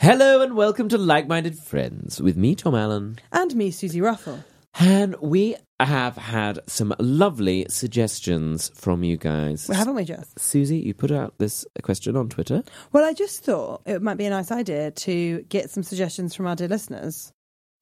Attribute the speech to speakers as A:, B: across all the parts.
A: Hello and welcome to Like Minded Friends with me, Tom Allen.
B: And me, Susie Ruffle.
A: And we have had some lovely suggestions from you guys.
B: Well, haven't we, Jess?
A: Susie, you put out this question on Twitter.
B: Well, I just thought it might be a nice idea to get some suggestions from our dear listeners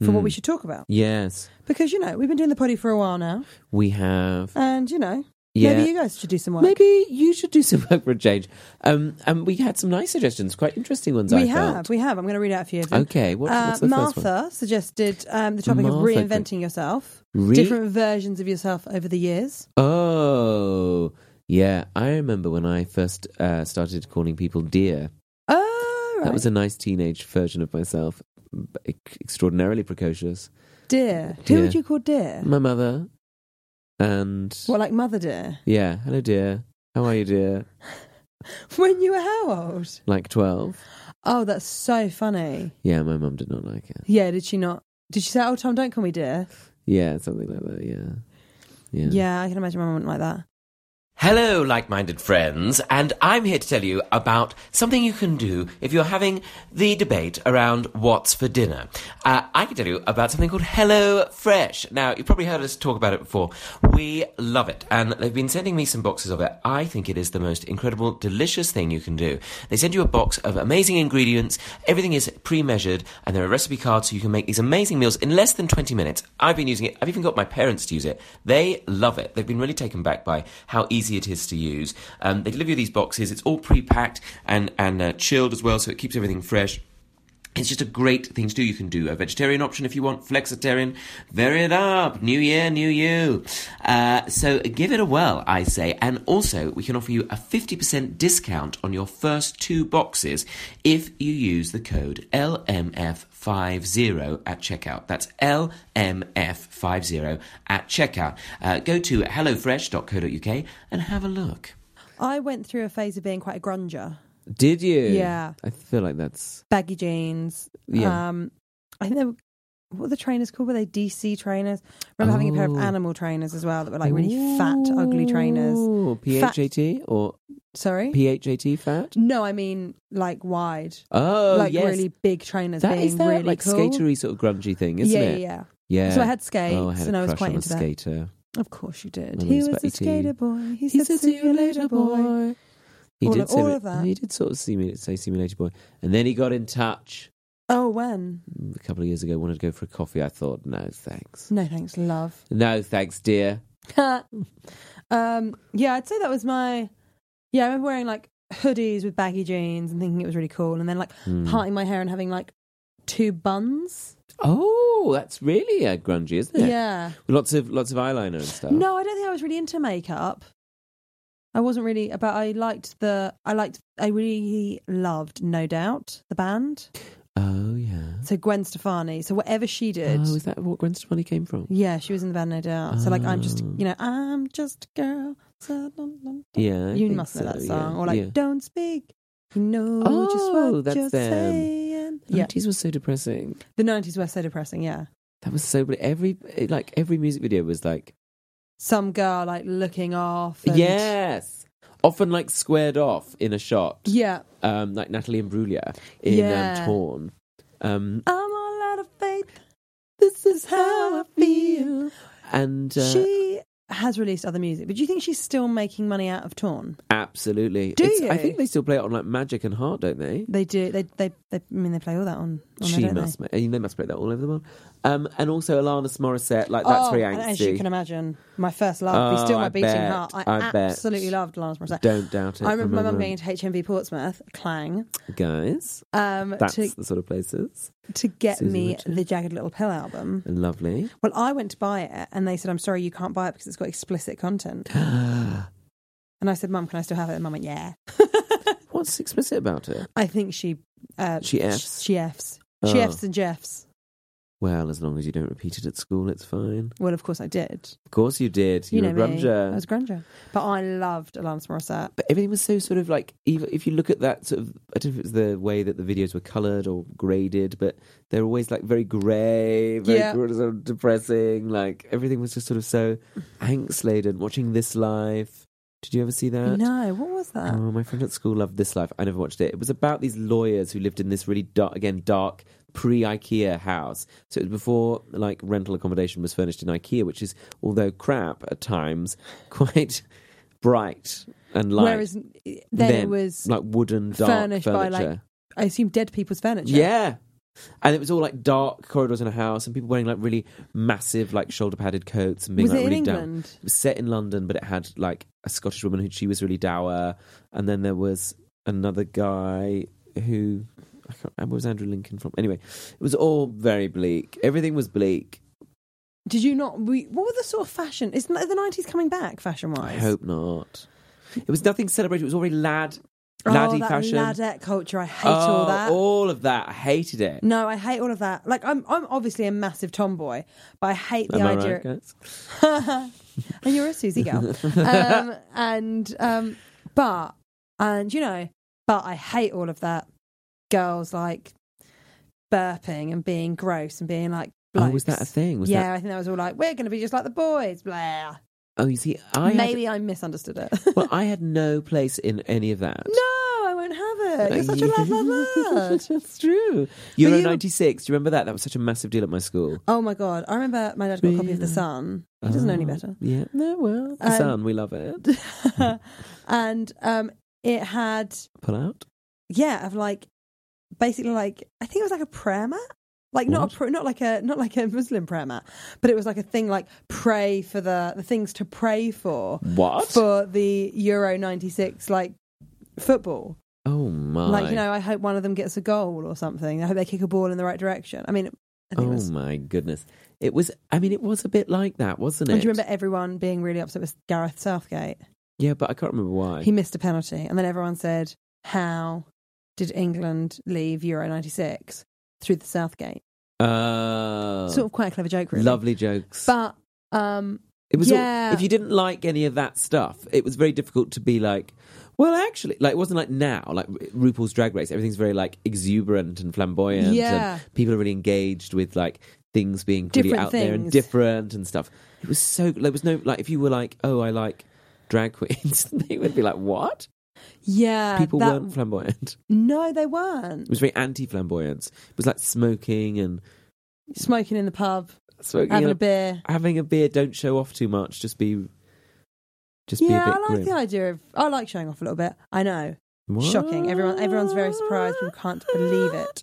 B: for
A: Hmm.
B: what we should talk about.
A: Yes,
B: Because, you know, we've been doing the potty for a while now.
A: we have.
B: And, you know,
A: Yeah.
B: maybe you guys should do some work.
A: Maybe you should do some work for a change. Um, and we had some nice suggestions, quite interesting ones.
B: we
A: I
B: have.
A: felt.
B: We have. I'm going to read out a few of them.
A: Okay, what-
B: Uh,
A: what's the
B: Martha
A: first one?
B: suggested um, the topic of
A: Martha could-
B: reinventing yourself,
A: Re-
B: different versions of yourself over the years.
A: Oh, yeah. I remember when I first uh, started calling people dear.
B: Oh, right.
A: That was a nice teenage version of myself, e- extraordinarily precocious.
B: dear. Who would
A: Dear.
B: you call dear?
A: My mother, and
B: What, like mother dear?
A: yeah, hello dear, how are you dear?
B: When you were how old?
A: Like twelve?
B: Oh, that's so funny.
A: Yeah, my mum did not like it.
B: Yeah, did she not? Did she say, "Oh, Tom, don't call me dear"?
A: Yeah, something like that. Yeah, yeah.
B: Yeah, I can imagine my mum wouldn't like that.
C: Hello, like minded friends, and I'm here to tell you about something you can do if you're having the debate around what's for dinner. Uh, I can tell you about something called Hello Fresh. Now, you've probably heard us talk about it before. We love it, and they've been sending me some boxes of it. I think it is the most incredible, delicious thing you can do. They send you a box of amazing ingredients, everything is pre measured, and there are recipe cards so you can make these amazing meals in less than 20 minutes. I've been using it, I've even got my parents to use it. They love it. They've been really taken back by how easy it is to use. Um, they deliver you these boxes. It's all pre-packed and and uh, chilled as well, so it keeps everything fresh. It's just a great thing to do. You can do a vegetarian option if you want, flexitarian. Vary it up. New year, new you. Uh, so give it a whirl, I say. And also, we can offer you a 50% discount on your first two boxes if you use the code LMF50 at checkout. That's LMF50 at checkout. Uh, go to hellofresh.co.uk and have a look.
B: I went through a phase of being quite a grunger,
A: Did you?
B: Yeah.
A: I feel like that's
B: baggy jeans.
A: Yeah.
B: Um, I think they were what were the trainers called? Were they DC trainers? I remember having a pair of
A: Oh.
B: animal trainers as well that were like really fat, ugly trainers.
A: Ooh, PHAT or
B: Sorry.
A: PHAT fat?
B: no, I mean like wide,
A: Oh,
B: like
A: yes.
B: really big trainers
A: that
B: being
A: is that
B: really
A: like
B: cool.
A: skatery sort of grungy thing, isn't
B: yeah,
A: it?
B: yeah, yeah.
A: yeah.
B: So I had skates,
A: oh, I had
B: and
A: a
B: I was
A: crush
B: quite
A: on
B: into
A: a
B: that.
A: skater.
B: Of course you did.
A: I
B: He
A: was
B: was a
A: about 18.
B: skater boy. He,
A: He
B: said, "See you later, boy."
A: He
B: All
A: did
B: of-
A: say
B: all
A: that-
B: of that.
A: He did sort of see me say simulator boy, and then he got in touch
B: Oh, when?
A: a couple of years ago. Wanted to go for a coffee. I thought, no, thanks.
B: No, thanks, love.
A: No, thanks, dear.
B: um, yeah, I'd say that was my. Yeah, I remember wearing like hoodies with baggy jeans and thinking it was really cool, and then like
A: Hmm. Mm.
B: parting my hair and having like two buns.
A: Oh, that's really uh, grungy, isn't it?
B: Yeah.
A: Lots of lots of eyeliner and stuff.
B: No, I don't think I was really into makeup. I wasn't really, but I liked the. I liked. I really loved No Doubt the band.
A: Oh yeah.
B: So Gwen Stefani. So whatever she did.
A: Oh, is that what Gwen Stefani came from?
B: Yeah, she was in the band, no doubt. So like, I'm just,
A: Oh.
B: you know, I'm just a girl. So, dun, dun, dun.
A: Yeah, I
B: you
A: think
B: must know that
A: so,
B: song.
A: yeah,
B: Or like,
A: yeah.
B: don't speak. You know just
A: Oh,
B: what
A: that's
B: you're
A: them.
B: saying. Yeah,
A: Nineties was so depressing.
B: the nineties were so depressing. Yeah,
A: That was so. ble- Every like every music video was like
B: some girl like looking off. And,
A: yes, often like squared off in a shot.
B: yeah.
A: um, like Natalie Imbruglia in
B: Yeah.
A: um, Torn. Um,
B: I'm all out of faith. This is how I feel.
A: and uh,
B: she has released other music, but do you think she's still making money out of Torn?
A: absolutely,
B: Do
A: I
B: you?
A: think they still play it on like Magic and Heart, don't they?
B: They do. They they. they I mean, they play all that on. on
A: She
B: there, don't
A: must.
B: They?
A: Ma- I mean, they must play that all over the world. Um, and also Alanis Morissette, like that's
B: oh,
A: very
B: and As you
A: angsty.
B: can imagine, my first love, be
A: Oh,
B: still my
A: I
B: beating
A: bet,
B: heart. I,
A: I bet.
B: absolutely loved Lance Morissette.
A: Don't doubt it.
B: I remember my mum
A: Remember-
B: going to HMV Portsmouth, Clang,
A: Guys,
B: um,
A: that's
B: to
A: the sort of places.
B: to get
A: Susie
B: me
A: Richard.
B: the Jagged Little Pill album.
A: Lovely.
B: Well, I went to buy it, and they said, "I'm sorry, you can't buy it because it's got explicit content." and I said, "Mum, can I still have it?" And Mum went, "Yeah."
A: What's explicit about it?
B: I think she uh,
A: She Fs?
B: She f's. She
A: Oh.
B: f's and jeffs.
A: Well, as long as you don't repeat it at school, it's fine.
B: Well, of course I did.
A: Of course, you did. You,
B: you
A: were
B: know
A: a
B: me.
A: grunger.
B: I was a grunger, but I loved Alanis Morissette.
A: but everything was so sort of like even if you look at that sort of I don't know if it was the way that the videos were coloured or graded, but they're always like very grey, very
B: Yeah.
A: sort of depressing. Like everything was just sort of so angst laden. Watching this live, Did you ever see that?
B: No, what was that?
A: Oh, my friend at school loved This Life. I never watched it. It was about these lawyers who lived in this really dark, again, dark pre IKEA house. So it was before like rental accommodation was furnished in IKEA, which is, although crap at times, quite bright and light.
B: Whereas then, it was,
A: like wooden dark
B: furnished by,
A: furniture.
B: like, I assume, dead people's furniture.
A: Yeah. And it was all like dark corridors in a house and people wearing like really massive like shoulder padded coats and being
B: Was
A: like
B: it in
A: really down.
B: England?
A: It was set in London, but it had like a Scottish woman who she was really dour, and then there was another guy who I can't remember where was Andrew Lincoln from. Anyway, it was all very bleak. Everything was bleak.
B: Did you not? We, what were the sort of fashion? Is n- the nineties coming back fashion
A: I
B: wise?
A: hope not. It was nothing celebrated. It was all very lad,
B: oh,
A: laddie
B: that
A: fashion.
B: Ladette culture. I hate
A: Oh,
B: all that.
A: all of that. I hated it.
B: no, I hate all of that. Like I'm, I'm obviously a massive tomboy, but I hate the
A: Am I
B: idea.
A: right, guys?
B: and you're a Susie girl. um, and um, but and you know, but I hate all of that. Girls like burping and being gross and being like.
A: Oh, was
B: blokes.
A: that a thing? Was
B: yeah,
A: that-
B: I think that was all like we're going to be just like the boys. Blah.
A: Oh, you see, I had-
B: Maybe I misunderstood it.
A: well, I had no place in any of that.
B: No, I won't have it. You're such a
A: Yeah.
B: lad, lad, lad.
A: That's true. Euro
B: you-
A: 96. Do you remember that? That was such a massive deal at my school.
B: Oh my god! I remember my dad got a copy of The
A: Really?
B: Sun. He doesn't know any
A: Oh,
B: better.
A: Yeah. No, well, the
B: Um,
A: sun, we love it.
B: and um, it had
A: Pull out.
B: yeah, of like basically like I think it was like a prayer mat. Like not a pr- not like a not like a Muslim prayer mat, but it was like a thing like pray for the the things to pray for
A: What?
B: for the Euro ninety six like football.
A: oh my.
B: Like you know, I hope one of them gets a goal or something. I hope they kick a ball in the right direction. I mean, I think
A: oh
B: it was
A: my goodness. It was. I mean, it was a bit like that, wasn't it?
B: And do you remember everyone being really upset with Gareth Southgate?
A: Yeah, but I can't remember why.
B: He missed a penalty, and then everyone said, "How did England leave Euro '96 through the Southgate?"
A: Oh.
B: Sort of quite a clever joke, really.
A: Lovely jokes.
B: But um,
A: it was. all-
B: yeah.
A: if you didn't like any of that stuff, it was very difficult to be like. Well, actually, like it wasn't like now. Like RuPaul's Drag Race, everything's very like exuberant and flamboyant. and
B: Yeah.
A: people are really engaged with like things being really
B: Different
A: out there and
B: things.
A: different and stuff. It was so there was no like if you were like oh I like drag queens they would be like what
B: yeah,
A: people
B: Uh, that-
A: weren't flamboyant.
B: no, they
A: It
B: weren't
A: was very anti flamboyance. It was like smoking and
B: smoking in the pub,
A: smoking
B: having
A: and
B: a beer.
A: having a beer. Don't show off too much. Just be just be a
B: Yeah,
A: bit
B: I like
A: grim.
B: the idea of. I like showing off a little bit. I know,
A: What?
B: shocking. Everyone, everyone's very surprised. People can't believe it.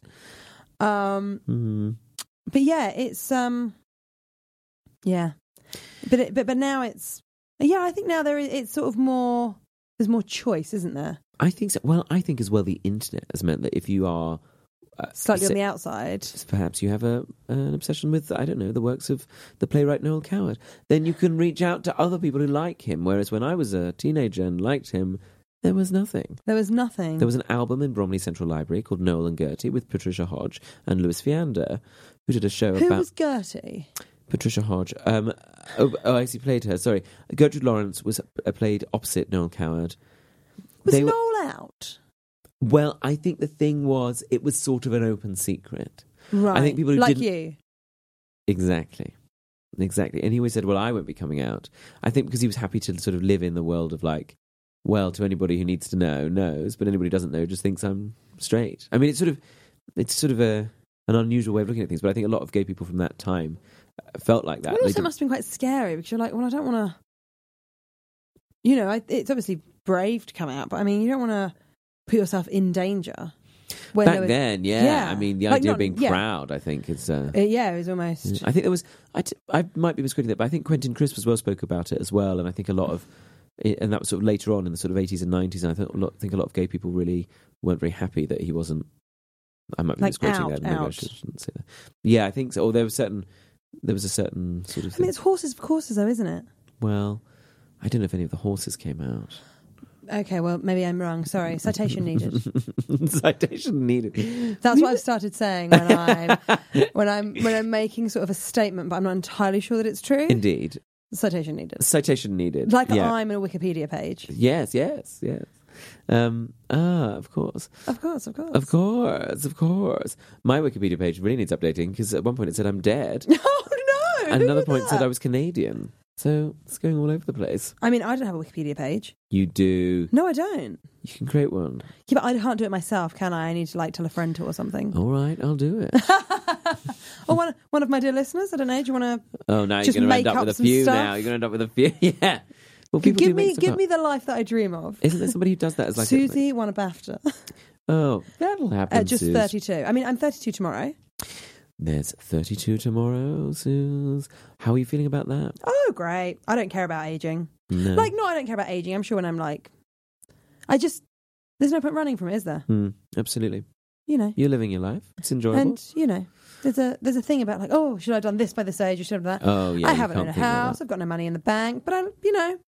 B: Um,
A: Mhm.
B: but yeah, it's um, yeah, but it, but but now it's yeah. I think now there is it's sort of more there's more choice, isn't there?
A: I think so. Well, I think as well the internet has meant that if you are uh,
B: Slightly
A: se-
B: on the outside.
A: perhaps you have a an obsession with I don't know the works of the playwright Noel Coward, then you can reach out to other people who like him. Whereas when I was a teenager and liked him, there was nothing.
B: There was nothing.
A: There was an album in Bromley Central Library called Noel and Gertie with Patricia Hodge and Louis Viander, who did a show
B: Who
A: about
B: was Gertie?
A: Patricia Hodge. Um, oh, oh, I actually played her. Sorry, Gertrude Lawrence was uh, played opposite Noel Coward.
B: Was
A: They
B: Noel
A: were-
B: out?
A: Well, I think the thing was it was sort of an open secret.
B: Right.
A: think people who
B: like
A: didn't-
B: you.
A: Exactly. Exactly. And he always said, Well, I won't be coming out. I think because he was happy to sort of live in the world of like, well, to anybody who needs to know, knows, but anybody who doesn't know just thinks I'm straight. I mean, it's sort of, it's sort of a, an unusual way of looking at things, but I think a lot of gay people from that time uh, felt like that.
B: Well,
A: They
B: also
A: didn't-
B: must have been quite scary because you're like, well, I don't want to. You know, I, it's obviously brave to come out, but I mean, you don't want to put yourself in danger. When
A: Back
B: there was,
A: then, yeah.
B: yeah.
A: I mean, the
B: Like,
A: idea
B: not-
A: of being
B: yeah.
A: proud, I think, is. Uh,
B: Uh, yeah, it was almost.
A: Mm, I think there was. I, t- I might be misquoting that, but I think Quentin Crisp was well spoke about it as well, and I think a lot of, and that was sort of later on in the sort of eighties and nineties. And I thought, a lot, think a lot of gay people really weren't very happy that he wasn't. I might be
B: Like,
A: misquoting
B: out,
A: that. Maybe I
B: out.
A: shouldn't say that. Yeah, I think so. Or there was certain, there was a certain sort of
B: I mean,
A: thing.
B: it's horses for courses, though, isn't it?
A: well, I don't know if any of the horses came out.
B: Okay, well, maybe I'm wrong. Sorry, citation needed.
A: Citation needed.
B: That's what I've started saying when I'm when I'm when I'm making sort of a statement, but I'm not entirely sure that it's true.
A: Indeed,
B: Citation needed.
A: citation needed.
B: Like
A: yeah.
B: I'm in a Wikipedia page.
A: Yes, yes, yes. Um, ah, of course.
B: Of course, of course.
A: Of course, of course. My Wikipedia page really needs updating because at one point it said I'm dead.
B: Oh no!
A: At
B: who
A: another
B: did
A: point it
B: that?
A: said I was Canadian. So it's going all over the place.
B: I mean, I don't have a Wikipedia page.
A: You do.
B: No, I don't.
A: You can create one.
B: Yeah, but I can't do it myself, can I? I need to like tell a friend to or something.
A: All right, I'll do it.
B: Or one, one of my dear listeners. I don't know. Do you want to
A: Oh, now
B: Just
A: you're going to
B: make
A: end up
B: up
A: with a
B: some
A: few.
B: stuff.
A: Now you're going to end up with a few. yeah. Well, people do make
B: give me
A: stuff
B: give
A: up.
B: me the life that I dream of?
A: Isn't there somebody who does that? It's like a-
B: Susie won a BAFTA
A: oh, that'll happen.
B: at just
A: Suze.
B: thirty-two. I mean, I'm thirty-two tomorrow.
A: There's 32 tomorrow, Suze. How are you feeling about that?
B: Oh, great! I don't care about aging.
A: No.
B: Like, no, I don't care about aging. I'm sure when I'm like, I just there's no point running from it, is there?
A: Hmm, absolutely.
B: You know,
A: You're living your life. It's enjoyable.
B: and you know, there's a there's a thing about like, oh, should I have done this by this age? Or should I have done that?
A: oh, yeah.
B: I
A: you
B: haven't
A: can't
B: owned a
A: think like that.
B: house. I've got no money in the bank, but I'm you know,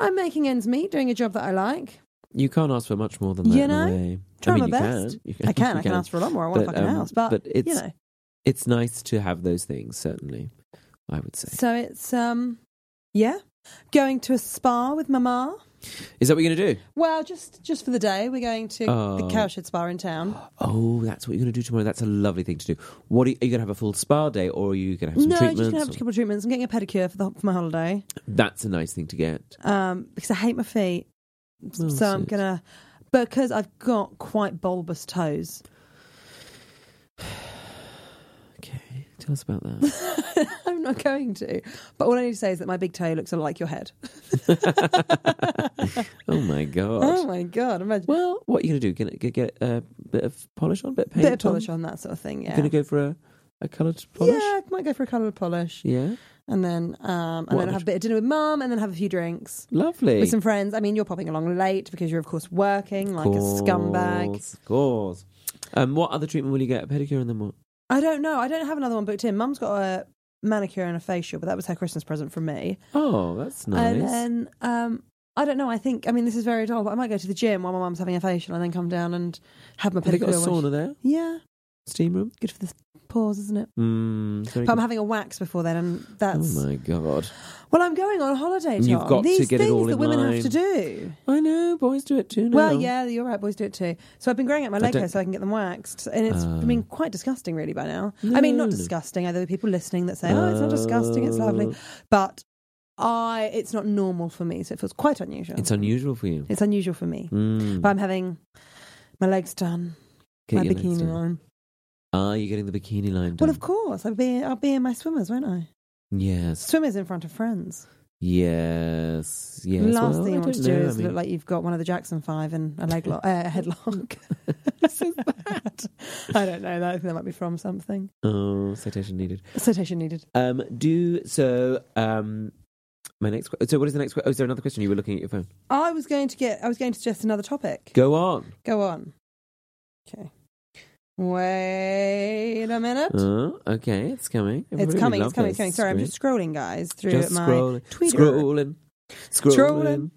B: I'm making ends meet, doing a job that I like.
A: You can't ask for much more than that.
B: You
A: in a
B: know,
A: way.
B: try
A: I mean,
B: my
A: you
B: best.
A: Can. You
B: I can. I can ask for a lot more. I want a
A: But,
B: fucking
A: um,
B: house, but,
A: but
B: you
A: it's-
B: know.
A: It's nice to have those things, certainly. I would say.
B: So it's um, yeah, going to a spa with Mama.
A: Is that what you're going to do?
B: Well, just just for the day, we're going to the
A: Oh.
B: Cowshed Spa in town.
A: Oh, that's what you're going to do tomorrow. That's a lovely thing to do. What are you, are you going to have a full spa day, or are you going to have some
B: no, I'm
A: treatments?
B: just gonna have a
A: or-
B: couple of treatments. I'm getting a pedicure for the for my holiday
A: That's a nice thing to get.
B: um, because I hate my feet,
A: Oh,
B: so I'm
A: sis.
B: gonna because I've got quite bulbous toes.
A: Okay, tell us about that.
B: I'm not going to, but all I need to say is that my big toe looks a lot like your head.
A: oh my god.
B: Oh my god! Imagine
A: Well, what are you going to do? Going to get a bit of polish on, bit of paint
B: bit of polish on that sort of thing. Yeah,
A: Going to go for a, a coloured polish.
B: yeah, I might go for a coloured polish,
A: Yeah.
B: and then um, and
A: What
B: then
A: a-
B: have a bit of dinner with mum, and then have a few drinks.
A: Lovely.
B: with some friends. I mean, you're popping along late because you're, of course, working like a scumbag.
A: Of course. Um, what other treatment will you get? A pedicure and then what?
B: I don't know. I don't have another one booked in. Mum's got a manicure and a facial, but that was her Christmas present from me.
A: Oh, that's nice.
B: And then, um, I don't know. I think, I mean, this is very dull, but I might go to the gym while my mum's having a facial and then come down and have my
A: Have they
B: pedicure.
A: got a
B: wash.
A: sauna there?
B: Yeah,
A: Steam room?
B: good for the pause, isn't it?
A: Mm, it's very
B: But I'm
A: good.
B: having a wax before then, and that's
A: oh my god.
B: well. I'm going on holiday.
A: And
B: Tom.
A: you've got to
B: These
A: get it
B: things
A: all
B: that
A: in
B: women
A: line.
B: have to do.
A: I know, boys do it too now.
B: Well, yeah, you're right. Boys do it too. So I've been growing out my leg hair
A: don't-
B: so I can get them waxed, and it's
A: Ah.
B: been quite disgusting, really, by now. I mean, not
A: No.
B: disgusting. Although there are people listening that say, "Oh, it's not disgusting. It's lovely,"
A: Oh.
B: but I, it's not normal for me, so it feels quite unusual.
A: It's
B: It's,
A: unusual for you.
B: unusual for me,
A: Mm.
B: but I'm having my legs done,
A: Get
B: my
A: your legs
B: bikini
A: done.
B: on.
A: Are you getting the bikini line done?
B: Well, of course, I'll be, I'll be in my swimmers, won't I?
A: Yes.
B: Swimmers in front of friends.
A: Yes. Yes.
B: Last
A: Well,
B: thing you
A: I
B: want to
A: don't
B: do
A: know.
B: is
A: I mean,
B: look like you've got one of the Jackson Five in a leg lock, uh, a headlock. I don't know. That I think that might be from something.
A: Oh, citation needed.
B: Citation needed.
A: Um, do so. Um, my next. que- So, what is the next? que- Oh, is there another question? You were looking at your phone.
B: I was going to get. I was going to suggest another topic.
A: Go on.
B: Go on. Okay. Wait a minute.
A: Oh, okay, it's coming.
B: it's
A: Everybody
B: coming.
A: love
B: It's coming.
A: this.
B: It's coming. Sorry, I'm
A: Great.
B: just scrolling, guys, through
A: Just
B: my
A: scrolling,
B: Twitter.
A: scrolling, scrolling,
B: Scrolling.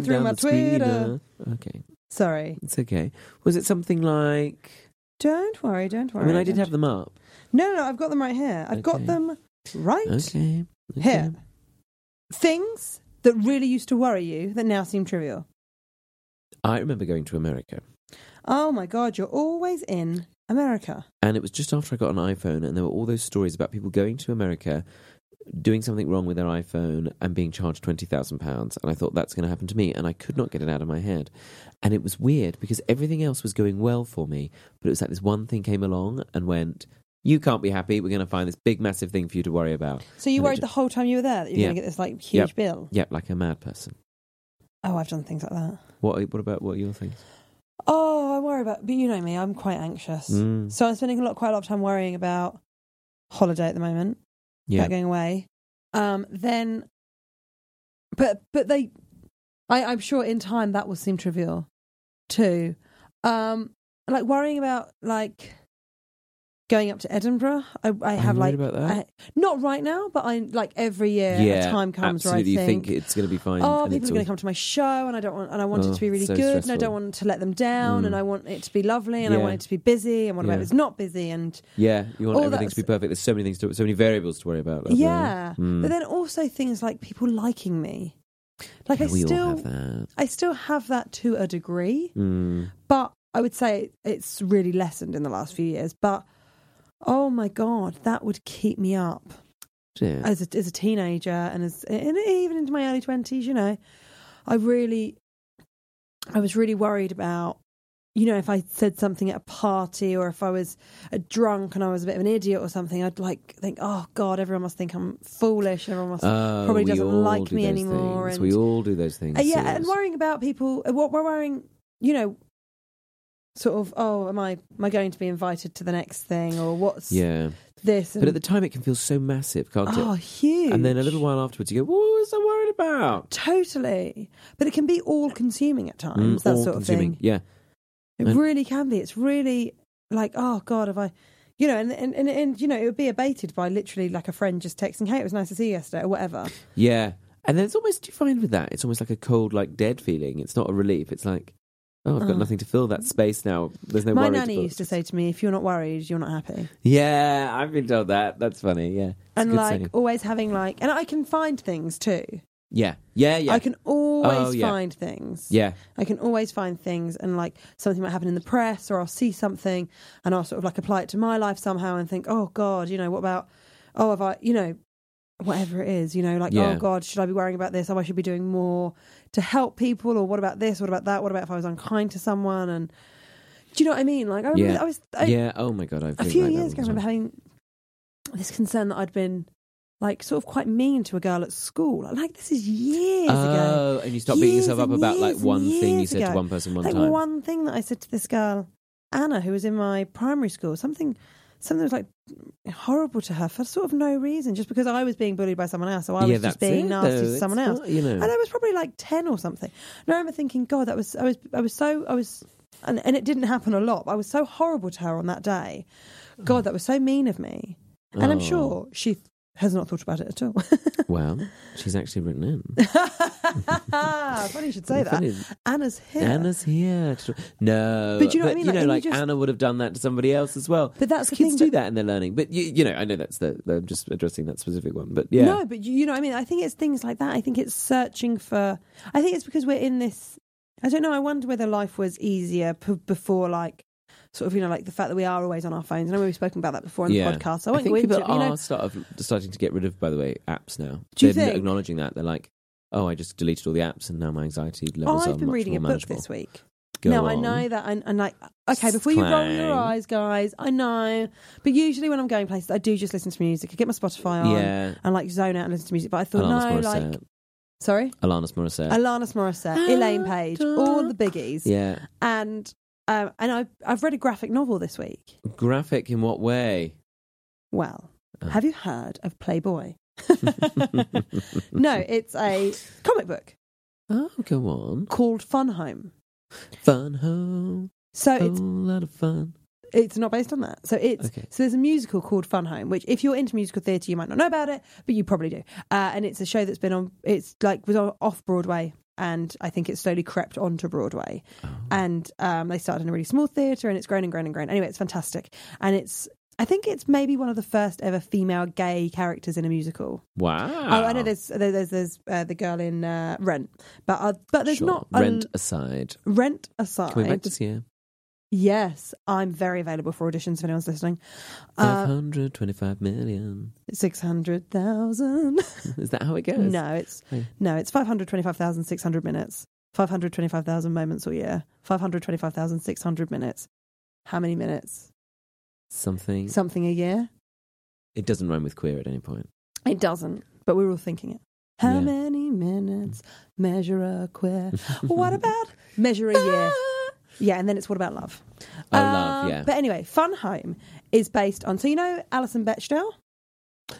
B: Scrolling through
A: down
B: my
A: the screener.
B: Twitter.
A: Okay,
B: Sorry.
A: it's okay. Was it something like?
B: Don't worry. Don't worry.
A: I mean, I did
B: don't-
A: have them up.
B: No, no, no. I've got them right here. I've
A: Okay.
B: got them right
A: Okay. okay.
B: here. Things that really used to worry you that now seem trivial.
A: I remember going to America,
B: Oh my God! You're always in America.
A: and it was just after I got an iPhone, and there were all those stories about people going to America, doing something wrong with their iPhone, and being charged twenty thousand pounds. And I thought that's going to happen to me, and I could not get it out of my head. And it was weird because everything else was going well for me, but it was like this one thing came along and went. You can't be happy. We're going to find this big, massive thing for you to worry about.
B: So you
A: And it
B: worried
A: ju-
B: the whole time you were there that you're
A: Yeah.
B: going to get this like huge
A: Yep.
B: bill.
A: Yep, like a mad person.
B: Oh, I've done things like that.
A: What? What about what are your things?
B: Oh, I worry about. But you know me, I'm quite anxious.
A: Mm,
B: So I'm spending a lot, quite a lot of time worrying about holiday at the moment,
A: yeah.
B: about going away. Um, then, but but they, I, I'm sure in time that will seem trivial, too. Um, like worrying about like going up to Edinburgh. I, I have
A: worried
B: like
A: about that?
B: I- not right now, but I like every year. a time comes where I
A: absolutely.
B: think,
A: You think it's going to be fine?
B: oh,
A: and
B: people
A: it's
B: are going
A: all-
B: to come to my show, and I don't want, and I want
A: Oh,
B: it to be really
A: so
B: good, and I
A: stressful. Mm.
B: don't want to let them down, and I want it to be lovely, and I
A: Yeah.
B: want it to be busy, and what about
A: Yeah.
B: if it's not busy, and
A: Yeah, you want
B: all
A: everything to
B: that's-
A: be perfect. There's so many things to, so many variables to worry about. like,
B: yeah,
A: Mm.
B: but then also things like people liking me, like I
A: Yeah, we all
B: still,
A: have that.
B: I still have that to a degree,
A: Mm.
B: but I would say it's really lessened in the last few years, but. Oh my god, that would keep me up.
A: Yeah.
B: as a, as a teenager and as and even into my early twenties, you know, I really, I was really worried about, you know, if I said something at a party or if I was a drunk and I was a bit of an idiot or something, I'd like think, oh God, everyone must think I'm foolish. Everyone must.
A: Oh,
B: probably
A: we
B: doesn't
A: all
B: like
A: do
B: me
A: those
B: anymore
A: things.
B: and-
A: we all do those things.
B: Uh, yeah, and
A: Sirius.
B: worrying about people. uh, What we're worrying, you know. Sort of, oh, am I am I going to be invited to the next thing, or what's
A: yeah.
B: this?
A: But at the time, it can feel so massive, can't
B: oh,
A: it?
B: huge!
A: And then a little while afterwards, you go, "What was I worried about?"
B: Totally. But it can be all consuming at
A: Mm,
B: times, that
A: all
B: sort of
A: consuming.
B: thing.
A: Yeah,
B: It
A: And-
B: really can be. It's really like, oh God, have I you know, and, and, and, and you know, it would be abated by literally like a friend just texting, Hey, it was nice to see you yesterday or whatever.
A: yeah. And then it's almost do you find with that? It's almost like a cold, like dead feeling. It's not a relief. It's like, oh, I've got
B: Oh.
A: nothing to fill that space now. There's no.
B: My
A: worry
B: nanny
A: put-
B: used to say to me, If you're not worried, you're not happy.
A: Yeah, I've been told that. That's funny. Yeah, It's a
B: and
A: good
B: like
A: saying.
B: always having like and I can find things too.
A: yeah, yeah, yeah,
B: I can always
A: Oh, yeah.
B: find things.
A: yeah.
B: I can always find things and like something might happen in the press or I'll see something and I'll sort of like apply it to my life somehow and think, oh God, you know, what about, oh, have I, you know, whatever it is, you know, like,
A: Yeah.
B: oh God, should I be worrying about this? Oh, I should be doing more to help people or what about this? What about that? What about if I was unkind to someone? And do you know what I mean? Like, I remember
A: Yeah.
B: I was, I,
A: yeah. Oh my god, I've
B: a
A: been
B: few
A: like that
B: years ago, I
A: all the
B: remember
A: time.
B: having this concern that I'd been like sort of quite mean to a girl at school. Like, this is years ago
A: Oh, and you stop beating
B: Years
A: yourself up
B: and
A: about like
B: years and
A: one thing you
B: years
A: said to
B: ago.
A: one person one
B: like
A: time.
B: one thing that I said to this girl, Anna, who was in my primary school, something something was like horrible to her for sort of no reason, just because I was being bullied by someone else, so I
A: yeah,
B: was
A: that's
B: just being
A: it,
B: nasty
A: though.
B: to someone
A: It's
B: else.
A: not, you know.
B: And I was probably like ten or something. And I remember thinking, God, that was I was I was so I was and, and it didn't happen a lot, but I was so horrible to her on that day. God, that was so mean of me. And I'm
A: Oh.
B: sure she has not thought about it at all.
A: Well, she's actually written in.
B: Funny you should say that.
A: Funny.
B: Anna's here.
A: Anna's here. to- No,
B: But you know what I mean?
A: You
B: Like,
A: know,
B: and you
A: like
B: just-
A: Anna would have done that to somebody else as well.
B: But that's the
A: kids
B: thing,
A: do
B: but-
A: that in their learning. But you, you know, I know that's the. I'm just addressing that specific one. But yeah,
B: No, but you, you know, what I mean, I think it's things like that. I think it's searching for. I think it's because we're in this. I don't know. I wonder whether life was easier p- before, like, sort of, you know, like the fact that we are always on our phones. I know we've spoken about that before on
A: yeah.
B: the podcast. So I
A: I
B: won't
A: think
B: go into
A: people
B: it. but, You
A: are
B: know,
A: start of, starting to get rid of, by the way, apps now.
B: Do you
A: They're
B: think?
A: acknowledging that they're like, oh, I just deleted all the apps, and now my anxiety levels are
B: I've been
A: much
B: reading
A: more
B: a book
A: manageable.
B: this week.
A: Go
B: now I
A: on.
B: know that, and, and like, okay, before you roll your
A: Clang.
B: eyes, guys, I know. But usually when I'm going places, I do just listen to music. I get my Spotify on
A: Yeah,
B: and like zone out and listen to music. But I thought,
A: Alanis
B: no,
A: Morissette.
B: like, sorry,
A: Alanis Morissette.
B: Alanis Morissette, Elaine Page, all the biggies.
A: yeah,
B: and um, and I I've read a graphic novel this week.
A: graphic in what way?
B: Well,
A: Oh.
B: have you heard of Playboy? no, it's a comic book
A: Oh, go on.
B: called Fun Home.
A: Fun home.
B: So
A: A
B: it's
A: lot of fun.
B: it's not based on that. So it's
A: Okay.
B: so there's a musical called Fun Home, which if you're into musical theatre, you might not know about it, but you probably do. Uh, and it's a show that's been on. It's like was on, off Broadway, and I think it slowly crept onto Broadway.
A: Oh.
B: And um, they started in a really small theatre, and it's grown and grown and grown. Anyway, it's fantastic, and it's. I think it's maybe one of the first ever female gay characters in a musical.
A: Wow.
B: Oh, I know there's there's there's uh, the girl in uh, Rent, but uh, but there's
A: Sure.
B: not a,
A: Rent aside.
B: Rent aside.
A: Coming back this year.
B: Yes, I'm very available for auditions if anyone's listening. Uh,
A: 525 million.
B: Six hundred thousand.
A: Is that how it goes?
B: No, it's
A: Hey.
B: no, it's five hundred twenty-five thousand six hundred minutes. Five hundred twenty-five thousand moments all year. Five hundred twenty-five thousand six hundred minutes. How many minutes?
A: Something.
B: Something a year?
A: It doesn't rhyme with queer at any point.
B: It doesn't, but we're all thinking it. How
A: Yeah.
B: many minutes measure a queer? what about measure a year? Yeah, and then it's what about love?
A: Oh, love,
B: Um,
A: yeah.
B: But anyway, Fun Home is based on. So you know Alison Bechdel.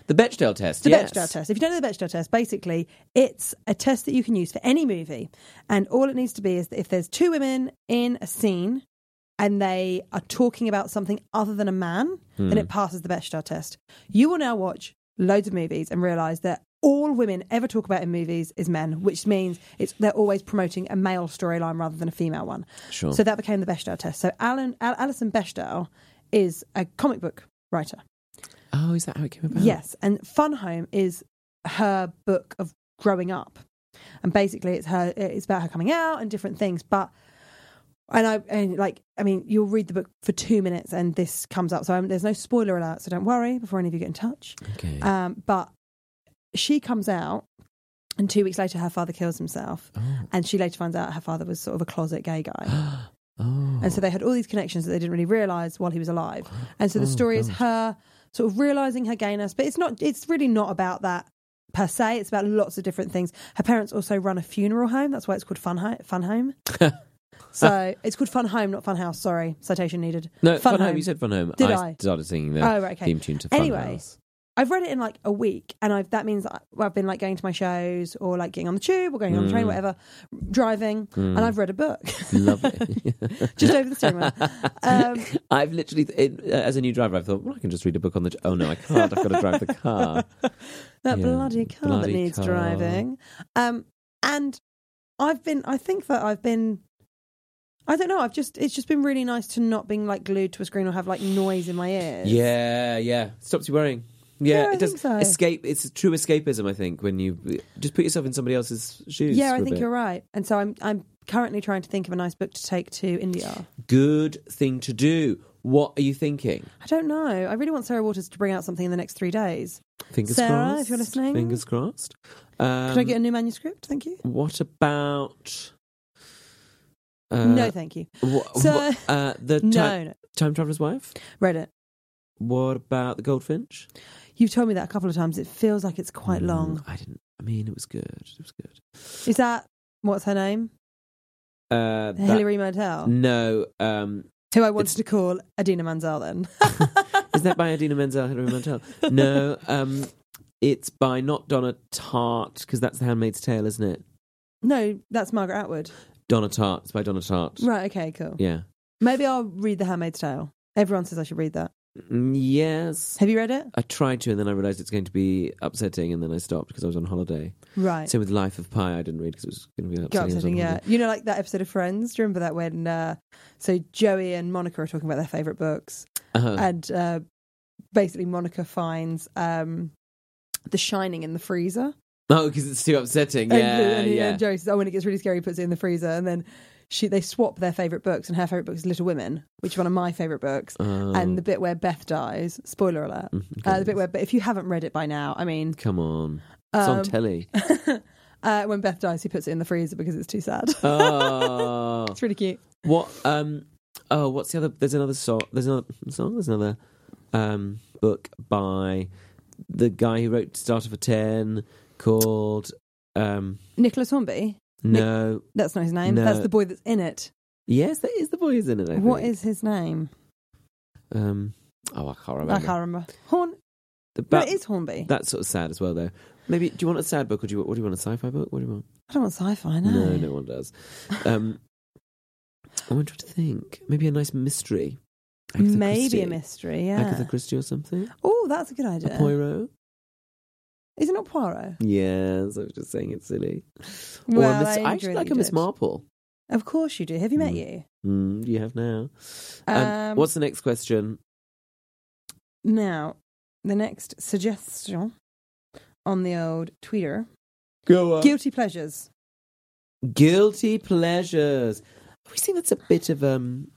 A: The Bechdel test.
B: The
A: yes.
B: Bechdel test. If you don't know the Bechdel test, basically it's a test that you can use for any movie, and all it needs to be is that if there's two women in a scene and they are talking about something other than a man, then it passes the Bechdel test. You will now watch loads of movies and realize that all women ever talk about in movies is men, which means it's they're always promoting a male storyline rather than a female one.
A: Sure.
B: So that became the Bechdel test. So Alan Al- Alison Bechdel is a comic book writer.
A: Oh, is that how it came about?
B: Yes, and Fun Home is her book of growing up, and basically it's her it's about her coming out and different things. But and I and like I mean you'll read the book for two minutes and this comes up, so um, there's no spoiler alert, so don't worry before any of you get in touch.
A: Okay.
B: Um, but she comes out, and two weeks later, her father kills himself. And she later finds out her father was sort of a closet gay guy.
A: Oh.
B: and so they had all these connections that they didn't really realise while he was alive. And so the story is her sort of realising her gayness, but it's not, it's really not about that per se. It's about lots of different things. Her parents also run a funeral home. That's why it's called Fun, Ho- fun Home. so it's called Fun Home, not Fun House. Sorry, citation needed.
A: No, Fun, Home. You said Fun Home.
B: Did I?
A: started singing the
B: Oh, right, okay.
A: theme tune to Fun
B: Anyway,
A: House.
B: I've read it in like a week, and I've that means I- I've been like going to my shows or like getting on the tube or going on the train, whatever, driving, and I've read a book
A: Mm. Lovely.
B: just over the steering wheel. Um,
A: I've literally, it, uh, as a new driver, I've thought, well, I can just read a book on the. Oh no, I can't. I've got to drive the car.
B: that
A: Yeah,
B: bloody car
A: bloody
B: that needs
A: car.
B: driving. Um, and I've been, I think that I've been, I don't know, I've just, it's just been really nice to not being like glued to a screen or have like noise in my ears.
A: Yeah, yeah. Stops you worrying. Yeah,
B: Yeah, I
A: it does.
B: think so.
A: Escape. It's true escapism. I think when you uh, just put yourself in somebody else's shoes.
B: Yeah,
A: for
B: I
A: a
B: think
A: bit.
B: you're right. And so I'm, I'm currently trying to think of a nice book to take to India.
A: Good thing to do. What are you thinking?
B: I don't know. I really want Sarah Waters to bring out something in the next three days.
A: Fingers
B: Sarah,
A: crossed.
B: if you're listening.
A: Fingers crossed.
B: Could
A: Um,
B: I get a new manuscript? Thank you.
A: what about? Uh,
B: no, thank you.
A: wha-
B: so-
A: wha- uh, the time,
B: No, no.
A: time traveler's wife.
B: Read it.
A: What about the goldfinch?
B: You've told me that a couple of times. It feels like it's quite
A: Mm,
B: long.
A: I didn't. I mean, it was good. It was good.
B: Is that what's her name?
A: Uh, Mm. that-
B: Hilary Mantel,
A: no, um,
B: who I wanted to call Adina Manzel. Then
A: Is that by Adina Menzel, Hilary Mantel? No, um, it's by not Donna Tartt because that's The Handmaid's Tale, isn't it?
B: no, that's Margaret Atwood.
A: Donna Tartt. It's by Donna Tartt.
B: Right. Okay. Cool.
A: Yeah.
B: Maybe I'll read The Handmaid's Tale. Everyone says I should read that.
A: Mm, Yes.
B: Have you read it?
A: I tried to, and then I realised it's going to be upsetting, and then I stopped because I was on holiday.
B: Right.
A: Same with Life of Pi, I didn't read because it was going to be
B: Got
A: upsetting. I was on
B: upsetting, yeah.
A: holiday.
B: You know, like that episode of Friends. Do you remember that when? Uh, so Joey and Monica are talking about their favorite books,
A: Uh-huh.
B: and uh, basically Monica finds um, The Shining in the freezer.
A: oh, because it's too upsetting.
B: And-
A: Yeah,
B: and, he-
A: yeah.
B: and Joey says, "Oh, when it gets really scary, he puts it in the freezer." And then she they swap their favorite books, and her favorite book is Little Women, which is one of my favorite books.
A: Oh, Mm,
B: And the bit where Beth dies, spoiler alert. Uh, the bit where, but if you haven't read it by now, I mean,
A: come on. It's on
B: Um,
A: telly.
B: uh, when Beth dies, he puts it in the freezer because it's too sad.
A: Oh.
B: it's really cute.
A: What um oh what's the other there's another song there's another song there's another um book by the guy who wrote Starter for Ten called um
B: Nicholas Hornby.
A: no
B: That's not his name.
A: No.
B: That's the boy that's in it.
A: yes that is the boy isn't it I
B: What
A: think.
B: is his name?
A: um oh I can't remember
B: I can't remember. Horn.
A: The-
B: No,
A: but
B: it is Hornby.
A: that's sort of sad as well though maybe do you want a sad book or do you want, what do you want a sci-fi book what do you want
B: I don't want sci-fi. No.
A: no no one does um I wonder what to think maybe a nice mystery Agatha
B: Maybe
A: Christie.
B: a mystery. Yeah.
A: Agatha Christie or something
B: Oh, that's a good idea.
A: a Poirot
B: Is it not Poirot?
A: Yes, I was just saying it's silly. or a
B: Well,
A: Miss,
B: I
A: I, actually
B: really
A: like a Miss
B: did.
A: Marple.
B: Of course you do. Have you met you?
A: Mm, you have now. Um,
B: Um,
A: what's the next question?
B: Now, the next suggestion on the old tweeter:
A: Go on.
B: guilty pleasures.
A: Guilty pleasures. We think that's a bit of um,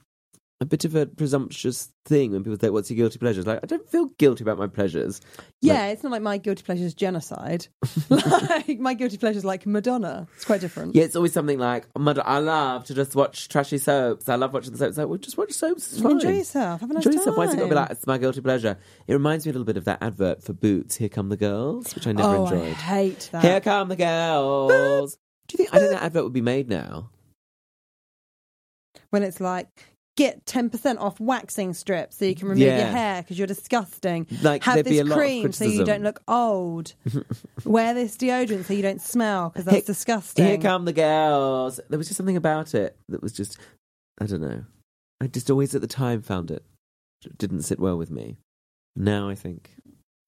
A: a bit of a presumptuous thing when people say, "What's your guilty pleasures?" Like, I don't feel guilty about my pleasures.
B: Yeah, it's not like my guilty pleasures genocide. like my guilty pleasures, like Madonna. It's quite different.
A: Yeah, it's always something like, "Mother, I love to just watch trashy soaps. I love watching the soaps." It's like, well, just watch soaps. It's fine.
B: Enjoy yourself. Have a nice
A: Enjoy
B: time.
A: yourself. Why is it got to be like, it's my guilty pleasure? It reminds me a little bit of that advert for Boots, Here Come the Girls, which I never
B: oh,
A: enjoyed.
B: I hate that.
A: Here come the girls. Do you think I don't think that advert would be made now?
B: when it's like get 10% off waxing strips so you can remove
A: Yeah.
B: your hair because you're disgusting.
A: Like,
B: Have
A: there'd
B: this
A: be a lot of
B: cream so you
A: criticism.
B: don't look old. Wear this deodorant so you don't smell because that's
A: Here-
B: disgusting.
A: Here come the girls. There was just something about it that was just I don't know. I just always at the time found it didn't sit well with me. Now I think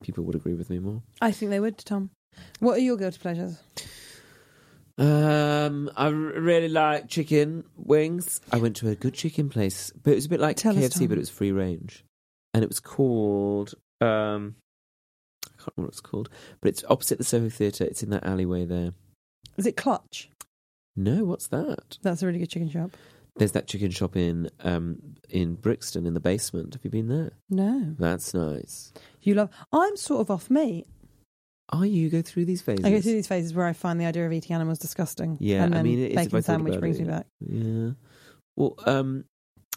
A: people would agree with me more.
B: I think they would, Tom. What are your guilty pleasures?
A: Um, I r- really like chicken wings. I went to a good chicken place, but it was a bit like
B: Tell us,
A: KFC,
B: Tom.
A: but it was free range, and it was called um, I can't remember what it's called, but it's opposite the Soho Theatre. It's in that alleyway there.
B: Is it clutch?
A: No, what's that?
B: That's a really good chicken shop.
A: There's that chicken shop in um in Brixton in the basement. Have you been there?
B: No.
A: That's nice.
B: You love. I'm sort of off meat.
A: Oh, you go through these phases.
B: I go through these phases where I find the idea of eating animals disgusting.
A: Yeah,
B: and
A: I
B: then
A: mean, it is if I
B: bacon
A: thought
B: sandwich
A: about
B: brings
A: it,
B: me back.
A: Yeah. Well, um,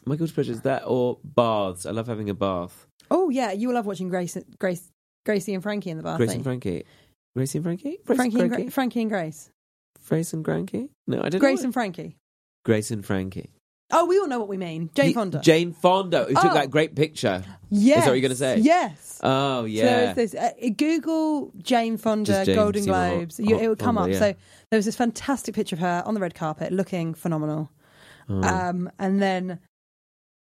A: my guilty pleasure is that or baths. I love having a bath.
B: Oh yeah, you will love watching Grace, Grace, Gracie and Frankie in the bath.
A: Grace
B: thing.
A: and Frankie. Grace and Frankie? Grace
B: Frankie,
A: and
B: and Gra-
A: Frankie?
B: Frankie and Grace,
A: Grace and Frankie? No, I don't
B: Grace
A: know. what-
B: and Frankie.
A: Grace and Frankie.
B: Oh, we all know what we mean. Jane
A: The-
B: Fonda.
A: Jane Fonda, who took
B: Oh.
A: that great picture.
B: yes.
A: Is that what you're gonna say?
B: Yes.
A: Oh, yeah.
B: Yeah. So it's this, uh, Google Jane Fonda
A: Just Jane,
B: Golden
A: see what-
B: Globes. You, it would come
A: Fonda,
B: up.
A: yeah.
B: So there was this fantastic picture of her on the red carpet, looking phenomenal.
A: Oh.
B: Um, and then,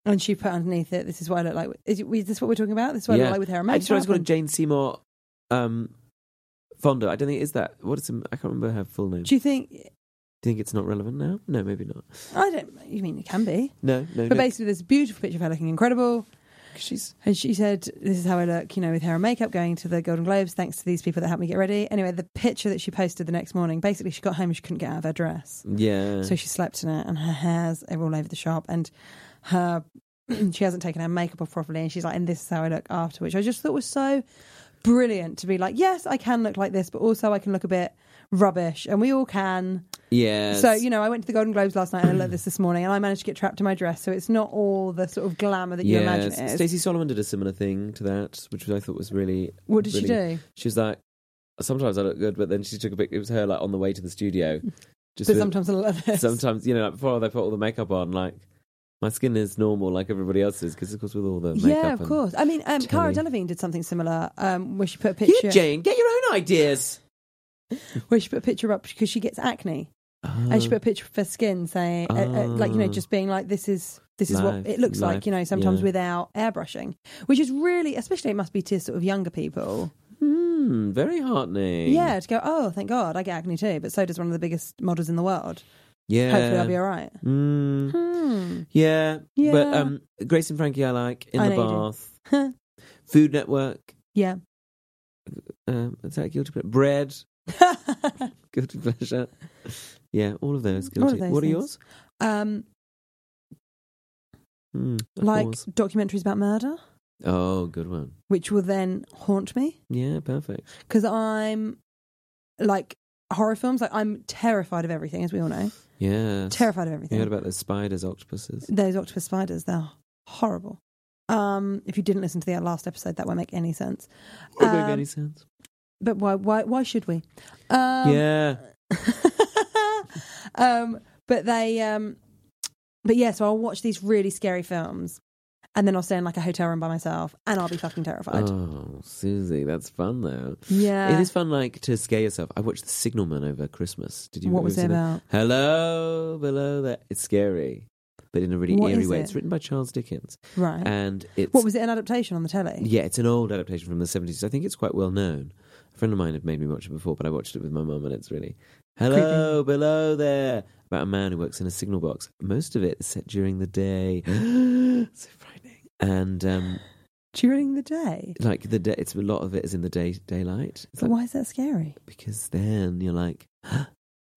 B: and she put underneath it, "This is what I look like." Is, it- is this what we're talking about? This is what I
A: Yeah.
B: look like with hair and
A: I just realized
B: makeup
A: it's called
B: and-
A: Jane Seymour um, Fonda. I don't think it is that. What is her, I can't remember her full name. Do
B: Do
A: you
B: you think?
A: think it's not relevant now? No, maybe not.
B: I don't. You mean it can be?
A: No, no. no.
B: But basically, there's a beautiful picture of her looking incredible.
A: She's
B: And she said, This is how I look, you know, with hair and makeup going to the Golden Globes, thanks to these people that helped me get ready. Anyway, the picture that she posted the next morning, basically, she got home and she couldn't get out of her dress.
A: yeah.
B: So she slept in it, and her hairs are all over the shop, and her. She hasn't taken her makeup off properly, and she's like, "And this is how I look after." Which I just thought was so brilliant to be like, "Yes, I can look like this, but also I can look a bit rubbish, and we all can."
A: yeah.
B: So you know, I went to the Golden Globes last night, and I looked at this this morning, and I managed to get trapped in my dress, so it's not all the sort of glamour that you imagine. It is.
A: Stacey Solomon did a similar thing to that, which I thought was really.
B: What did she
A: really-
B: do?
A: She was like, sometimes I look good, but then she took a pic. It was her like on the way to the studio. Just
B: But
A: with-
B: sometimes I love this.
A: sometimes, you know, like before they put all the makeup on, like my skin is normal, like everybody else's, because of course with all the makeup.
B: yeah, of
A: and-
B: course. I mean, um, Cara
A: Telly.
B: Delevingne did something similar um, where she put a
A: You,
B: picture
A: Jane, get your own ideas.
B: where she put a picture up because she gets acne, and
A: Mm.
B: she put a picture of her skin saying, uh, uh, like you know,
A: Ah.
B: just being like, this is this is
A: Life-
B: what it looks
A: life,
B: like, you know, sometimes
A: yeah.
B: without airbrushing, which is really, especially it must be to sort of younger people,
A: Hmm, very heartening.
B: yeah, to go, oh, thank God, I get acne too, but so does one of the biggest models in the world.
A: yeah.
B: Hopefully, I'll be all right.
A: Mm,
B: Hmm.
A: yeah. But
B: Yeah.
A: um, Grace and Frankie, I like in
B: I
A: the
B: know you
A: bath. Food Network.
B: Yeah,
A: Um, is that guilty pleasure? Bread.
B: Hmm.
A: guilty pleasure. Yeah, all of those
B: All
A: guilty.
B: of those
A: what are
B: things.
A: yours?
B: um,
A: Hmm, of
B: like
A: course.
B: documentaries about murder,
A: oh, good one.
B: which will then haunt me.
A: Yeah, perfect.
B: because I'm like horror films. Like I'm terrified of everything, as we all know.
A: Yeah,
B: Terrified of
A: You
B: everything.
A: heard about those spiders, octopuses?
B: Those octopus spiders, they're horrible. Um, if you didn't listen to the last episode, that won't make any sense.
A: Would make
B: Um,
A: any sense?
B: But why? Why? Why should we? Um,
A: yeah,
B: um, but they. Um, but yeah, so I'll watch these really scary films, and then I'll stay in like a hotel room by myself, and I'll be fucking terrified.
A: Oh, Susie, that's fun though.
B: yeah.
A: it is fun, like to scare yourself. I watched The Signalman over Christmas. Did you?
B: what
A: have
B: was
A: you
B: it
A: seen that?
B: about?
A: Hello, below that. It's scary, but in a really
B: What
A: eerie
B: is
A: way.
B: it?
A: It's written by Charles Dickens,
B: Right.
A: and it's
B: what was it? An adaptation on the telly?
A: Yeah, it's an old adaptation from the 70s. I think it's quite well known. A friend of mine had made me watch it before, but I watched it with my mum, and it's really. Hello, below there! About a man who works in a signal box. Most of it is set during the day. so frightening. And, um,
B: During the day.
A: like, the day, it's a lot of it is in the day daylight. It's
B: But
A: like,
B: why is that scary?
A: because then you're like,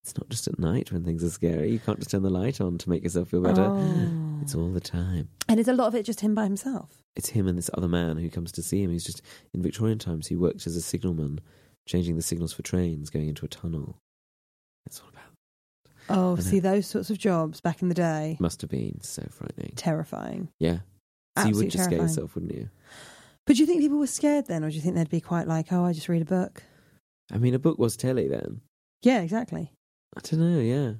A: it's not just at night when things are scary. You can't just turn the light on to make yourself feel better.
B: Oh.
A: It's all the time.
B: And is a lot of it just him by himself?
A: it's him and this other man who comes to see him. He's just in Victorian times. He worked as a signalman, changing the signals for trains going into a tunnel. That's all about.
B: Oh,
A: I
B: see those sorts of jobs back in the day,
A: Must have been so frightening.
B: terrifying.
A: Yeah, so you
B: Absolutely
A: would just scare
B: terrifying.
A: yourself, wouldn't you?
B: But do you think people were scared then, or do you think they'd be quite like, "Oh, I just read a book"?
A: I mean, a book was telly then.
B: Yeah, exactly.
A: I don't know. Yeah,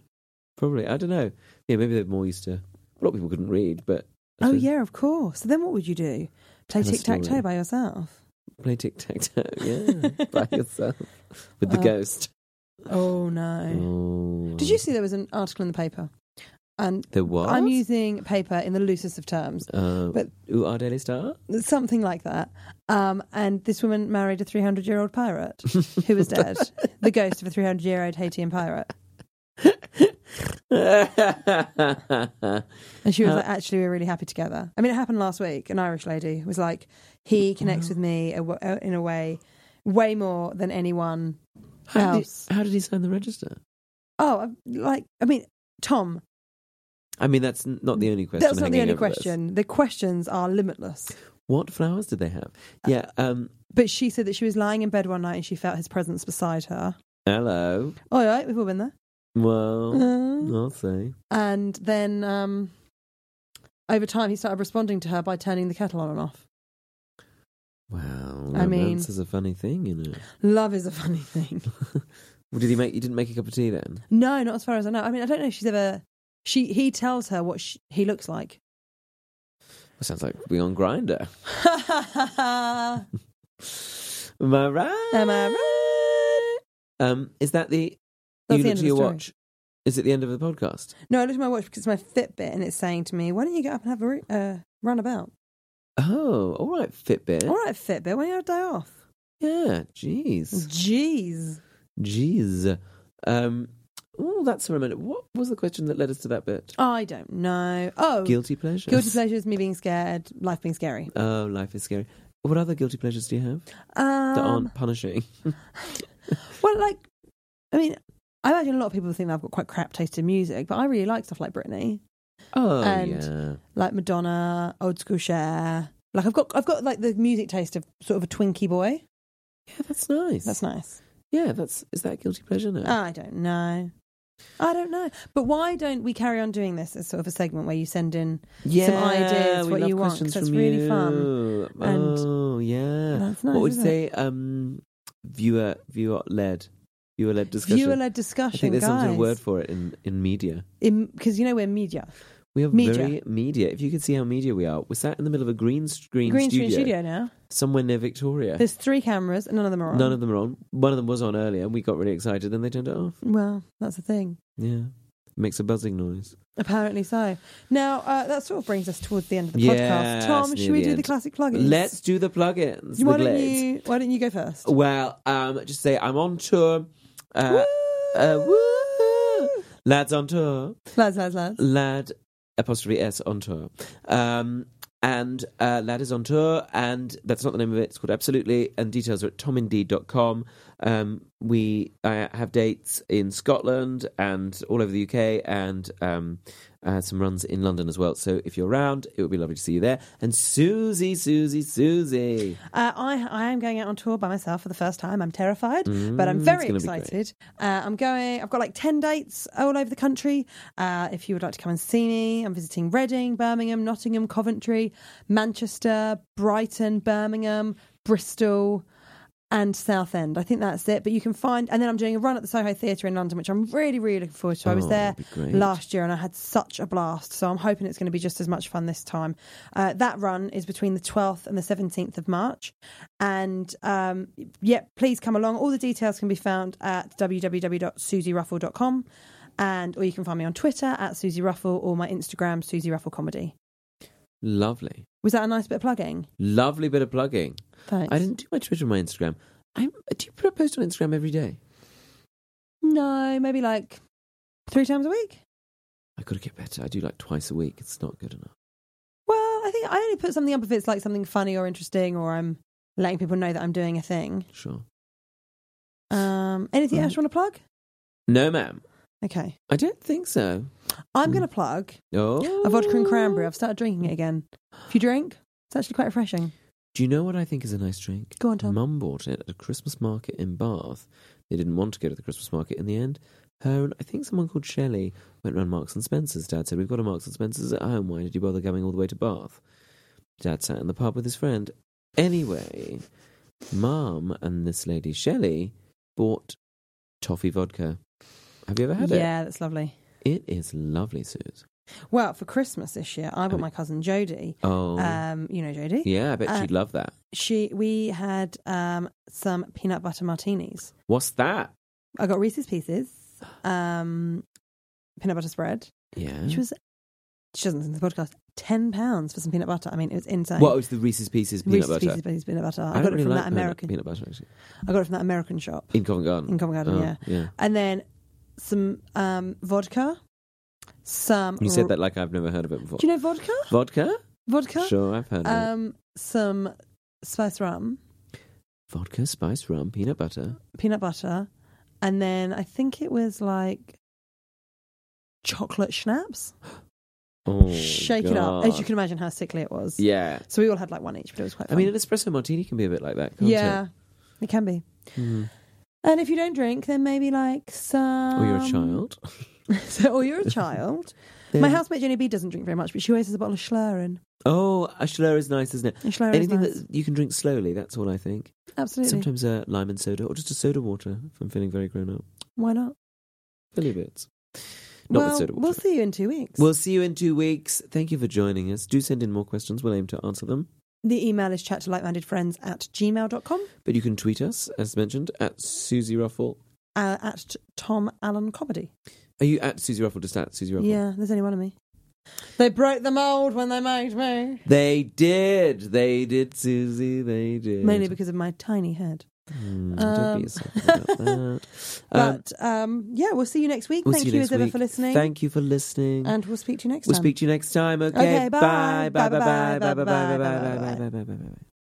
A: probably. I don't know. Yeah, maybe they're more used to. A lot of people couldn't read, but I
B: Oh
A: suppose
B: yeah, of course. So then, what would you do? Play
A: Tell a
B: tic tac
A: story.
B: toe by yourself?
A: play tic tac toe. Yeah, by yourself with the
B: Well,
A: ghost.
B: Uh, Oh no!
A: Oh,
B: Did you see there was an article in the paper? And
A: the what?
B: I'm using paper in the loosest of terms,
A: Uh,
B: but-
A: ooh, our Daily Star.
B: something like that. Um, and this woman married a 300 year old pirate who was dead, the ghost of a 300 year old Haitian pirate. And
A: Uh,
B: she was like, actually, we're really happy together. I mean, it happened last week. An Irish lady was like,
A: Oh,
B: he connects with me a w- uh, in a way, way more than anyone
A: How did,
B: else.
A: he, how did he sign the register?
B: Oh, I'm like, I mean, Tom,
A: I mean, that's n- not the only question.
B: that's not the
A: hanging
B: only
A: over this.
B: question. The questions are limitless.
A: What flowers did they have? Yeah. Um.
B: But she said that she was lying in bed one night and she felt his presence beside her. Oh,
A: Hello.
B: All right, we've all been there.
A: Well,
B: Uh,
A: I'll say.
B: and then um, over time, he started responding to her by turning the kettle on and off.
A: Wow.
B: I mean-
A: romance is a funny thing, you know.
B: Love is a funny thing.
A: Well, did he make? You didn't make a cup of tea then?
B: No, not as far as I know. I mean, I don't know if she's ever. She he tells her what she, he looks like.
A: Well, sounds like we on grinder.
B: Am
A: Am I right?
B: I right?
A: Um. Is that the?
B: That's
A: you
B: the
A: looked
B: end
A: at
B: of the
A: your
B: story.
A: watch. Is it the end of the podcast?
B: No, I looked at my watch because it's my Fitbit and it's saying to me, "Why don't you get up and have a re- uh, run about?
A: Oh, all right, Fitbit.
B: All right, Fitbit, why don't you have a day off?"
A: Yeah. Jeez.
B: Jeez.
A: Jeez. Um. Oh, that's a minute. What was the question that led us to that bit?
B: I don't know. Oh, guilty,
A: Guilty pleasure.
B: pleasure is me being scared, life being scary.
A: Oh, life is scary. What other guilty pleasures do you have that
B: Um,
A: aren't punishing?
B: well, like, I mean, I imagine a lot of people think that I've got quite crap taste in music, but I really like stuff like Britney,
A: Oh,
B: and-
A: yeah.
B: like Madonna, old school Cher. Like I've got, I've got like the music taste of sort of a Twinkie boy.
A: Yeah, that's nice.
B: That's Uh, nice.
A: yeah, that's is that guilty pleasure now?
B: I don't know. I don't know. But why don't we carry on doing this as sort of a segment where you send in?
A: yeah,
B: ideas,
A: we
B: what
A: love
B: you want, 'cause
A: questions
B: that's
A: from
B: really
A: you.
B: fun. And-
A: oh, yeah.
B: That's nice,
A: what would you
B: isn't
A: say? Um, viewer, viewer led, viewer led discussion.
B: Viewer-led
A: I
B: discussion,
A: think there's
B: guys.
A: some sort of word for it in in media.
B: because you know we're media,
A: We are
B: Media.
A: very media. If you could see how media we are, we're sat in the middle of a green screen
B: green
A: studio,
B: screen studio now.
A: somewhere near Victoria.
B: There's three cameras and none of them are on.
A: None of them are on. One of them was on earlier, and we got really excited, and they turned it off.
B: Well, that's the thing.
A: Yeah, makes a buzzing noise.
B: Apparently so. Now uh, that sort of brings us towards the end of the
A: Yes,
B: podcast. Tom,
A: near
B: should we
A: the
B: do the
A: end.
B: classic plugins?
A: Let's do the plugins.
B: Why
A: the
B: don't
A: glades.
B: you? Why don't you go first?
A: Well, um, just say I'm on tour. Uh,
B: Woo!
A: uh, woo! Lads on tour.
B: Lads, lads, lads.
A: Lad apostrophe s on tour. Um, and uh, Lad is on tour, and that's not the name of it. It's called Absolutely, and details are at tomindeed.com. Um, we uh, have dates in Scotland and all over the UK, and um, uh, some runs in London as well. So if you're around, it would be lovely to see you there. And Susie, Susie, Susie.
B: Uh, I I am going out on tour by myself for the first time. I'm terrified, but I'm very
A: Mm, gonna be great.
B: excited. Uh, I'm going. I've got like ten dates all over the country. Uh, if you would like to come and see me, I'm visiting Reading, Birmingham, Nottingham, Coventry, Manchester, Brighton, Birmingham, Bristol. And Southend. I think that's it. But you can find, and then I'm doing a run at the Soho Theatre in London, which I'm really, really looking forward to. I was
A: Oh,
B: there
A: that'd be great.
B: last year and I had such a blast. So I'm hoping it's going to be just as much fun this time. Uh, that run is between the 12th and the 17th of March. And um, yeah, please come along. All the details can be found at www.susieruffle.com. And or you can find me on Twitter at Susie Ruffle or my Instagram, Susie Ruffle Comedy.
A: Lovely.
B: Was that a nice bit of plugging?
A: Lovely bit of plugging.
B: Thanks.
A: I didn't do my Twitter or my Instagram. I do you put a post on Instagram every day?
B: No, maybe like three times a week.
A: I got to get better. I do like twice a week. It's not good enough.
B: Well, I think I only put something up if it's like something funny or interesting or I'm letting people know that I'm doing a thing.
A: Sure.
B: Um, anything else you want to plug?
A: No, ma'am.
B: Okay.
A: I don't think so.
B: I'm going to plug
A: Oh,
B: a vodka and cranberry. I've started drinking it again. If you drink, it's actually quite refreshing.
A: Do you know what I think is a nice drink?
B: Go on, Tom.
A: Mum bought it at a Christmas market in Bath. They didn't want to go to the Christmas market in the end. Her and I think someone called Shelley went round Marks and Spencer's. Dad said, "We've got a Marks and Spencer's at home. Why did you bother coming all the way to Bath?" Dad sat in the pub with his friend. Anyway, Mum and this lady Shelley bought toffee vodka. Have you ever had it?
B: yeah, that's lovely.
A: It is lovely, Suze.
B: Well, for Christmas this year, I bought my cousin Jodie.
A: Oh,
B: Um, you know Jodie.
A: yeah, I bet
B: uh,
A: she'd love that.
B: She we had um some peanut butter martinis.
A: What's that?
B: I got Reese's pieces, um, peanut butter spread,
A: Yeah.
B: which was she doesn't listen to the podcast. Ten pounds for some peanut butter. I mean, it was insane.
A: What was the Reese's Pieces peanut
B: Reese's
A: butter?
B: pieces, pieces peanut butter. I,
A: don't
B: got it
A: really
B: from
A: like
B: that
A: peanut-
B: American.
A: peanut butter actually.
B: I got it from that American shop.
A: In Covent Garden.
B: In Covent Garden,
A: Oh,
B: yeah.
A: yeah.
B: and then some um, vodka. Some
A: You said that like I've never heard of it before.
B: Do you know vodka?
A: Vodka?
B: Vodka.
A: Sure, I've heard of it.
B: Um, some spice rum,
A: Vodka, spice, rum, peanut butter.
B: peanut butter, and then I think it was like chocolate schnapps.
A: Oh,
B: Shake it up. As
A: God.
B: you can imagine how sickly it was.
A: Yeah.
B: So we all had like one each, but it was quite
A: I
B: fun.
A: mean, an espresso martini can be a bit like that, can't Hmm.
B: yeah,
A: it?
B: it? can be. And if you don't drink, then maybe like some.
A: Or you're a child.
B: so, or you're a child. Um, My housemate Jenny B doesn't drink very much, but she always has a bottle of Schlerin.
A: Oh, a Schler is nice, isn't it?
B: A Schler is
A: Anything
B: nice.
A: that you can drink slowly, that's all I think.
B: Absolutely.
A: Sometimes uh, lime and soda, or just a soda water if I'm feeling very grown up.
B: Why not?
A: Billy bits. Not
B: well,
A: with soda water.
B: we'll see you in two weeks.
A: We'll see you in two weeks. Thank you for joining us. Do send in more questions. We'll aim to answer them.
B: the email is chat to like-mindedfriends at gmail.com,
A: But you can tweet us, as mentioned, at Susie Ruffle.
B: uh, at t- Tom Allen Comedy.
A: Are you at Susie Ruffle? Just at Susie Ruffle?
B: Yeah, there's only one of me. They broke the mould when they made me.
A: They did. They did, Susie. They did.
B: Mainly because of my tiny head.
A: Mm, don't
B: Um,
A: be yourself about that. Um,
B: But um, yeah, we'll see you next week.
A: we'll see
B: Thank
A: you
B: you,
A: next
B: as ever
A: week.
B: for listening.
A: Thank you for listening.
B: and we'll speak to you next
A: we'll
B: time.
A: speak to you next time. Okay.
B: Okay, bye.
A: Bye. Bye. Bye. Bye. Bye. Bye. Bye. Bye. Bye.
B: Bye, bye,
A: Bye.
B: bye,
A: Bye.
B: bye,
A: Bye. Bye. Bye.